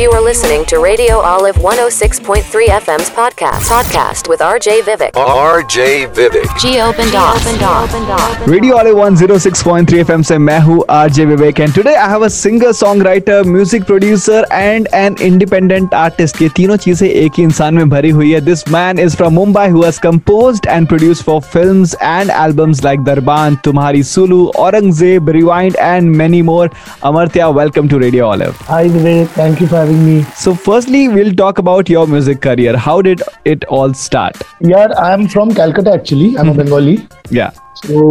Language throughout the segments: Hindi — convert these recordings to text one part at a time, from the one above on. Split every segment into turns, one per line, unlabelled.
You are listening to Radio Olive 106.3 FM's podcast. Podcast with RJ Vivek.
RJ Vivek.
G open dots. Open dots.
Radio Olive 106.3 FM से मैं हूँ RJ Vivek and today I have a singer song writer music producer and an independent artist ये तीनों चीजें एक ही इंसान में भरी हुई है this man is from Mumbai who has composed and produce for films and albums like Darbaan Tumhari Sulu Aurangzeb rewind and many more Amartya welcome to radio Olive
Hi Vivek, thank you for having me.
So firstly will talk about your music career how did it all start
Yeah, I'm from Calcutta actually. I'm
Mm-hmm.
a Bengali.
या
So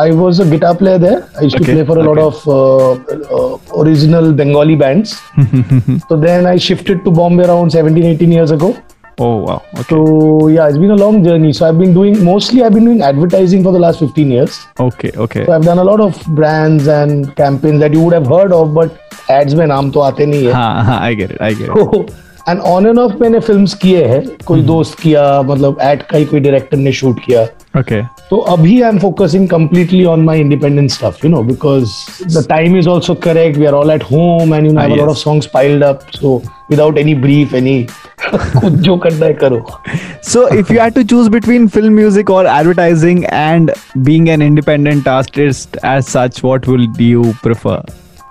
I was a guitar player there. I used
Okay,
to play for a lot of
okay.
uh, uh, original Bengali bands. so then I shifted to Bombay around 17, 18 years ago.
Oh wow okay
So yeah, it's been a long journey. So I've been doing mostly I've been doing advertising for the last 15 years.
Okay okay
So I've done a lot of brands and campaigns that you would have heard of, but ads में नाम तो आते नहीं है.
हाँ हाँ I get it I get
तो एंड ऑन एंड ऑफ मैंने फिल्म्स किए हैं कोई
हम्म।
दोस्त किया मतलब एट का ही कोई डायरेक्टर ने शूट किया
ओके
तो अभी I am focusing completely on my independent stuff you know because the time is also correct we are all at home and you know
Ah,
have a lot of
yes.
Songs piled up so without any brief any खुद जो करना है करो
So, if you had to choose between film music or advertising and being an independent artist as such, what would you prefer?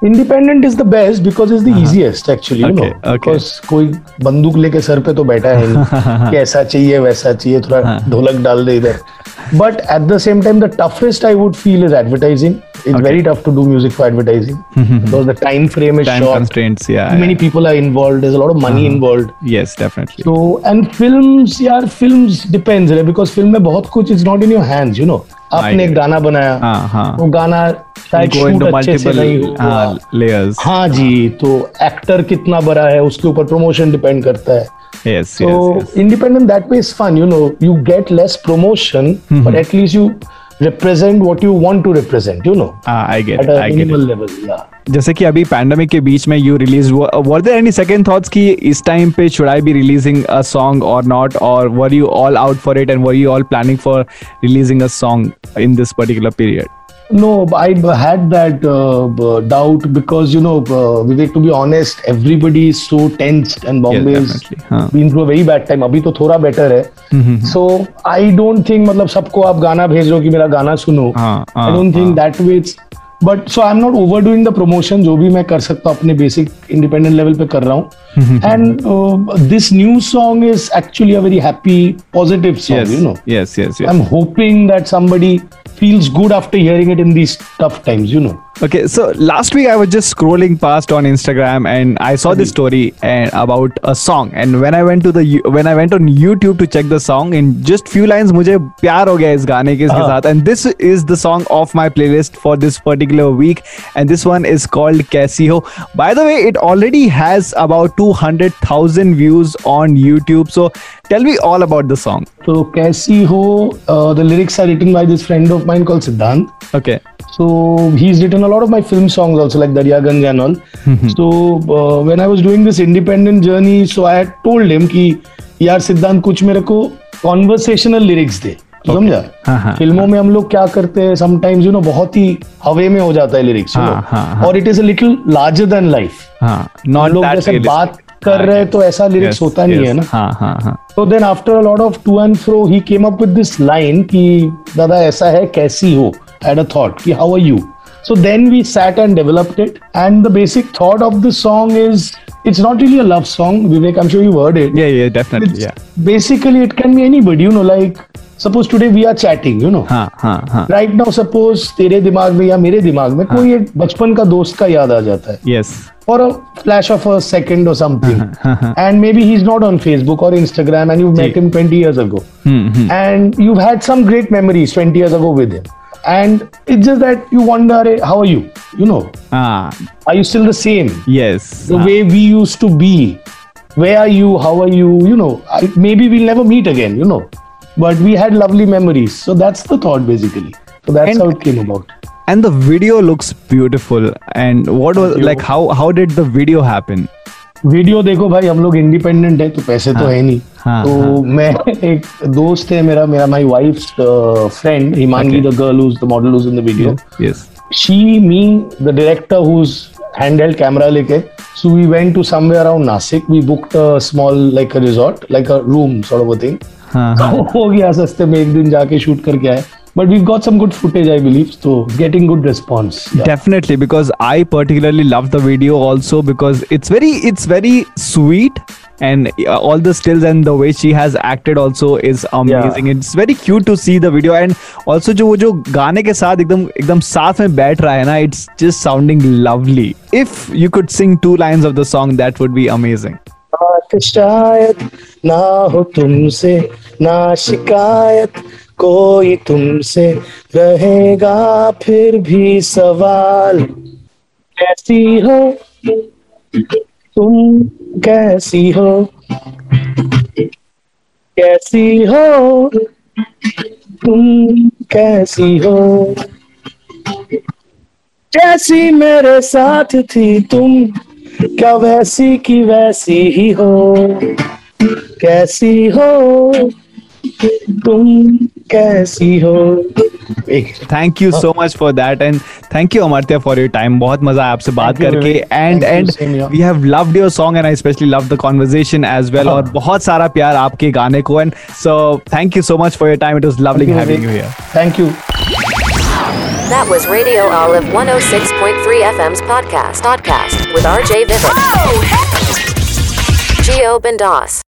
Independent is the best because is the easiest actually you know
Uh-huh. Okay, okay.
Because कोई बंदूक लेके सर पे तो बैठा है नहीं कि ऐसा चाहिए वैसा चाहिए
हाँ।
थोड़ा ढोलक डाल दे इधर but at the same time the toughest I would feel is advertising it's very tough to do music for advertising because the time frame is
Time
short
constraints, yeah.
Many
yeah. Uh-huh.
People are involve is lot of money involve
Yes, definitely.
तो एंड फिल्म्स यार फिल्म्स डिपेंड्स रे बिकॉज फिल्म में बहुत कुछ is not in your hands you know आपने
get
एक
it.
गाना बनाया
हाँ हाँ.
वो गाना शायद
You go
shoot
into
अच्छे से नहीं
multiple
हुआ
uh, layers.
हाँ जी तो एक्टर कितना बड़ा है उसके ऊपर प्रमोशन डिपेंड करता है
Yes,
तो
yes, yes.
Independent that way is fun you know you get less promotion but
Mm-hmm.
At least you represent what you want to represent you know
Ah, I get
at
it.
A
I get it.
Minimal level या
जैसे कि अभी पैंडमिक के बीच में you release were there any second thoughts कि इस टाइम पे should I be releasing a song और नॉट और were you all out for it and were you all planning for releasing a song in this particular period
No, I b- had that uh, b- doubt because you know, uh, Vivek. To be honest, everybody is so tensed, and Bombay has
definitely, हम्म, हाँ.
been through a very bad time. अभी तो थोड़ा better है. So I don't think मतलब सबको आप गाना भेजो कि मेरा गाना सुनो.
हाँ,
I
हाँ,
don't
हाँ.
think that way. It's, but so I'm not overdoing the promotion. जो भी मैं कर सकता हूँ अपने basic independent level पे कर रहा
हम्म,
हूँ. And uh, this new song is actually a very happy, positive song.
Yes,
Oh, You know.
yes, yes, yes.
I'm hoping that somebody feels good after hearing it in these tough times, you know.
Okay, so last week I was just scrolling past on Instagram and I saw
Mhm.
this story and about a song and when I went to the you- when I went on YouTube to check the song in just few lines मुझे प्यार हो गया इस गाने के इसके
हाँ.
साथ and this is the song of my playlist for this particular week and this one is called कैसी हो by the way it already has about 200,000 views on YouTube so tell me all about the song
So, Kaisi Ho, uh, the lyrics are written by this friend of mine called Siddhant.
okay
So, he's written a lot of my film songs also, like Darya Ganga and all. So, uh, when I was doing this independent journey, so I had told him कि यार सिद्धांत कुछ मेरे को कॉन्वर्सेशनल लिरिक्स दे तो
हाँ, हाँ,
समझा फिल्मों में हम लोग क्या करते हैं समटाइम्स यू नो बहुत ही हवे में हो जाता है लिरिक्स
हाँ, हाँ, हाँ.
और it is a little larger than life
हाँ
हम
not
लोग
that
जैसे
realistic.
बात कर
हाँ,
रहे हैं
yes,
तो ऐसा लिरिक्स
yes,
होता नहीं
yes.
है ना
हाँ हाँ हाँ
तो then after a lot of to and fro he came up with this line कि दादा ऐसा है कैसी हो एड अ थॉट कि how are you so then we sat and developed it and the basic thought of this song is it's not really a love song Vivek I am sure you heard it
Yeah, yeah, definitely.
It's-
yeah.
basically it can be anybody you know like suppose today we are chatting you know
हाँ हाँ हाँ.
right now suppose तेरे दिमाग में या मेरे दिमाग में कोई एक बचपन का दोस्त का याद आ जाता है
Yes.
for a flash of a second or something and maybe he's not on facebook or instagram and you met
जी.
him 20 years ago
Hmm,
and you've had some great memories 20 years ago with him and it's just that you wonder "Hey, how are you you know
Ah,
are you still the same
yes.
the
Ah,
way we used to be where are you how are you you know I, maybe we'll never meet again you know but we had lovely memories so that's the thought basically so that's
And-
how it came about
and the video looks beautiful. And what was like? How how did the video happen?
Video देखो भाई हम लोग इंडिपेंडेंट है तो पैसे तो है नहीं
हाँ,
तो मैं एक दोस्त है मेरा मेरा uh, my wife's friend Himangi the girl who's the model who's in the video
Yes.
She me the director who's handheld camera लेके So we went to somewhere around Nasik. We booked a small like a resort, like a room sort of a thing.
हाँ हाँ
हो गया सस्ते में एक दिन जाके शूट करके आए but we got some good footage I believe तो getting good response
definitely because i particularly love the video also because it's very it's very sweet and uh, all the stills and the way she has acted also is amazing it's very cute to see the video and also जो वो जो गाने के साथ एकदम एकदम साथ में बैठ रहा है ना it's just sounding lovely if you could sing two lines of the song that would be amazing
बात शायद ना हो तुमसे ना शिकायत कोई तुमसे रहेगा फिर भी सवाल कैसी हो तुम कैसी हो कैसी हो तुम कैसी हो जैसी मेरे साथ थी तुम क्या वैसी की वैसी ही हो कैसी हो तुम कैसी हो एक
thank you so much for that and thank you Amartya for your time बहुत मजा आया आपसे बात
you,
करके
Vivek.
And
Thank you,
and
same here.
We have loved your song and I specially love the conversation as well
हाँ।
और बहुत सारा प्यार आपके गाने को and so thank you so much for your time it was lovely having you here
thank you
That was Radio Olive 106.3 FM's podcast. Podcast with RJ Vivek. Geo Bendas.